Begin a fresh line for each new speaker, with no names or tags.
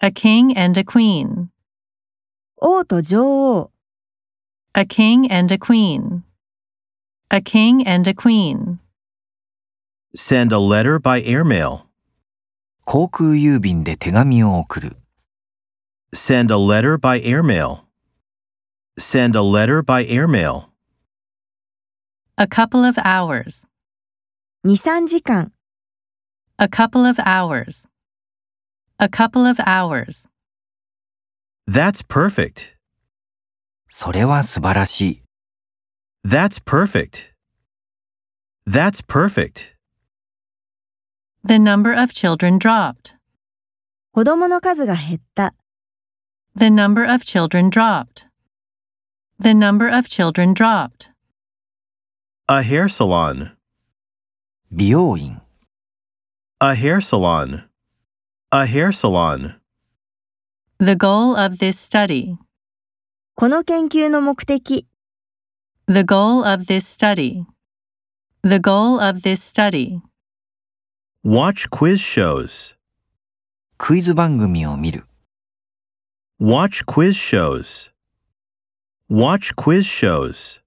a king and a queen,
王と女王、
a king and a queen, a king and a queen,
Send a letter by airmail.
航空郵便で手紙を送る
Send a letter by airmail. Send a letter by airmail.
a couple of hours,
2、3時間、
a couple of hours, a couple of hours,
That's perfect.
それは素晴らしい
That's perfect. That's perfect.
the number of children dropped,
子供の数が減った、
the number of children dropped, the number of children dropped,
A hair salon.
美容院
A hair salon. A hair salon.
the goal of this study,
この研究の目的、
the goal of this study, the goal of this study.
Watch quiz shows.
クイズ番組を見る
Watch quiz shows. Watch quiz shows.